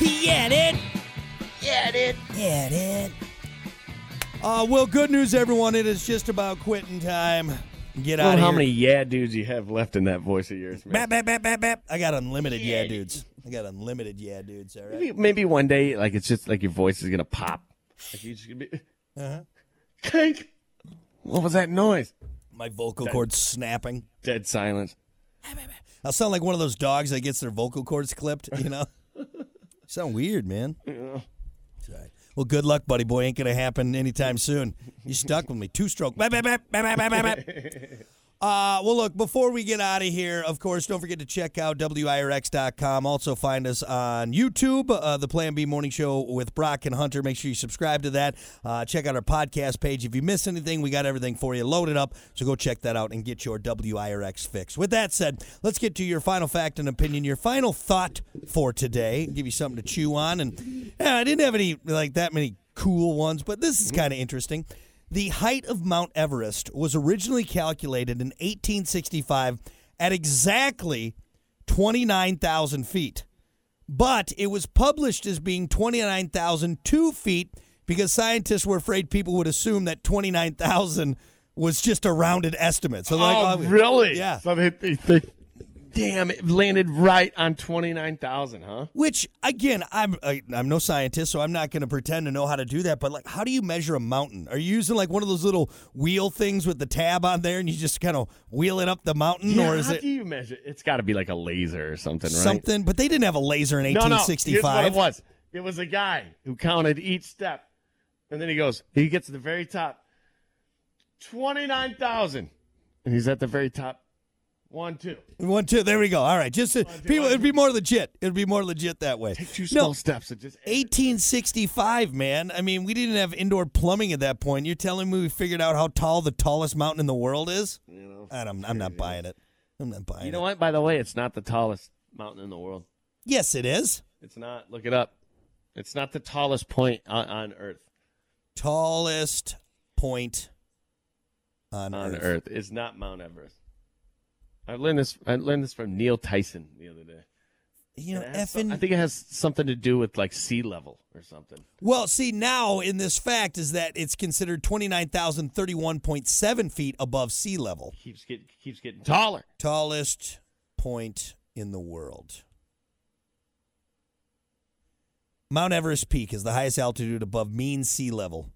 Yeah, dude. Yeah, dude. Yeah, dude. Uh, well, good news, everyone. It is just about quitting time. Get I out of don't know here. how many yeah dudes you have left in that voice of yours, man. Bap, bap, bap, bap, bap. I got unlimited yeah, dudes. I got unlimited yeah, dudes. All right. Maybe, maybe one day, like it's just like your voice is gonna pop. Like you just gonna be, Uh-huh. cake. What was that noise? My vocal cords snapping. Dead silence. I'll sound like one of those dogs that gets their vocal cords clipped, you know? sound weird, man. Sorry. Well, good luck, buddy boy. Ain't going to happen anytime soon. You stuck with me. Two stroke. Bap, bap, bap, bap, bap, bap, bap, bap. Uh, well, look, before we get out of here, of course, don't forget to check out WIRX.com. Also, find us on YouTube, uh, the Plan B Morning Show with Brock and Hunter. Make sure you subscribe to that. Uh, check out our podcast page. If you miss anything, we got everything for you loaded up. So go check that out and get your WIRX fix. With that said, let's get to your final fact and opinion, your final thought for today. Give you something to chew on. And yeah, I didn't have any, like, that many cool ones, but this is kind of interesting. The height of Mount Everest was originally calculated in 1865 at exactly 29,000 feet, but it was published as being 29,002 feet because scientists were afraid people would assume that 29,000 was just a rounded estimate. So, like, oh, obvi- really? Yeah. So they, they, they, damn, it landed right on twenty nine thousand, huh? Which again, I'm I, I'm no scientist, so I'm not going to pretend to know how to do that. But like, how do you measure a mountain? Are you using like one of those little wheel things with the tab on there, and you just kind of wheel it up the mountain, or is how it do you measure? It's got to be like a laser or something, right? something? But they didn't have a laser in No, no. Here's 1865. what it was. It was a guy who counted each step, and then he goes. He gets to the very top. Twenty nine thousand, and he's at the very top. One, two. One, two, there we go. All right, just to, people, it'd be more legit. It'd be more legit that way. Take two No, small steps and just. 1865, man. I mean, we didn't have indoor plumbing at that point. You're telling me we figured out how tall the tallest mountain in the world is? You know. I don't, I'm not buying it. I'm not buying You know it. what? By the way, it's not the tallest mountain in the world. Yes, it is. It's not. Look it up. It's not the tallest point on, on Earth. tallest point on, On earth. Earth is not Mount Everest. I learned this. I learned this from Neil Tyson the other day. You know, It has some- effing. I think it has something to do with like sea level or something. well, see, now in this fact is that it's considered 29,031.7 feet above sea level. Keeps getting keeps getting taller. Tallest point in the world. Mount Everest Peak is the highest altitude above mean sea level.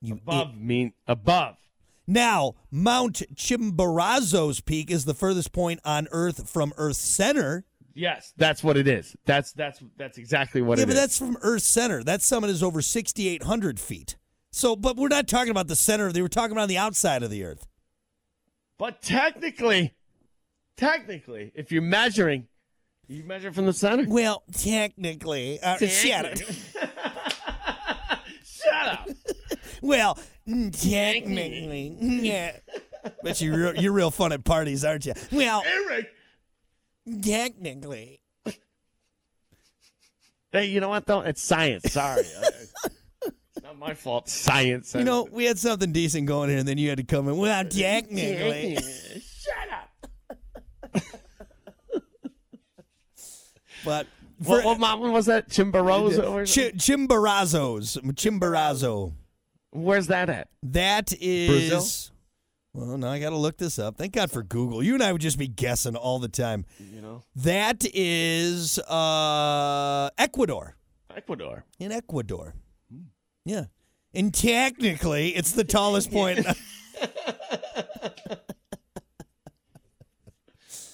You Above mean above. Now, Mount Chimborazo's peak is the furthest point on Earth from Earth's center. Yes, that's what it is. That's that's that's exactly what yeah, it but is. that's from Earth Center. That summit is over 6,800 feet. So, but we're not talking about the center. They were talking about the outside of the Earth. But technically, technically, if you're measuring, you measure from the center. Well, technically, uh, shut up. Shut up. Well, mm, technically, yeah. But you re- you're real fun at parties, aren't you? Well, Eric. technically, Hey, you know what though? It's science. Sorry. Uh, it's not my fault. Science. you know, we had something decent going here, and then you had to come in. Well, technically, Shut up. but for, What, what mountain was that? Chimborazo? or- Chi- Chimborazo's Chimborazo. Where's that at? That is. Well, now I got to look this up. Thank God for Google. You and I would just be guessing all the time. You know, That is uh, Ecuador. Ecuador. In Ecuador. Yeah. And technically, it's the tallest point.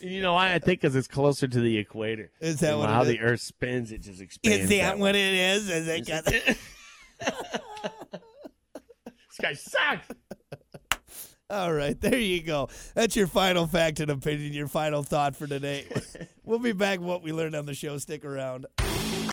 You know why I think because it's closer to the equator. Is that And what how it the is? Earth spins? It just expands. is that that way. what it is? Is it got- This guy sucks. All right, there you go. That's your final fact and opinion, your final thought for today. we'll be back. What we learned on the show. Stick around.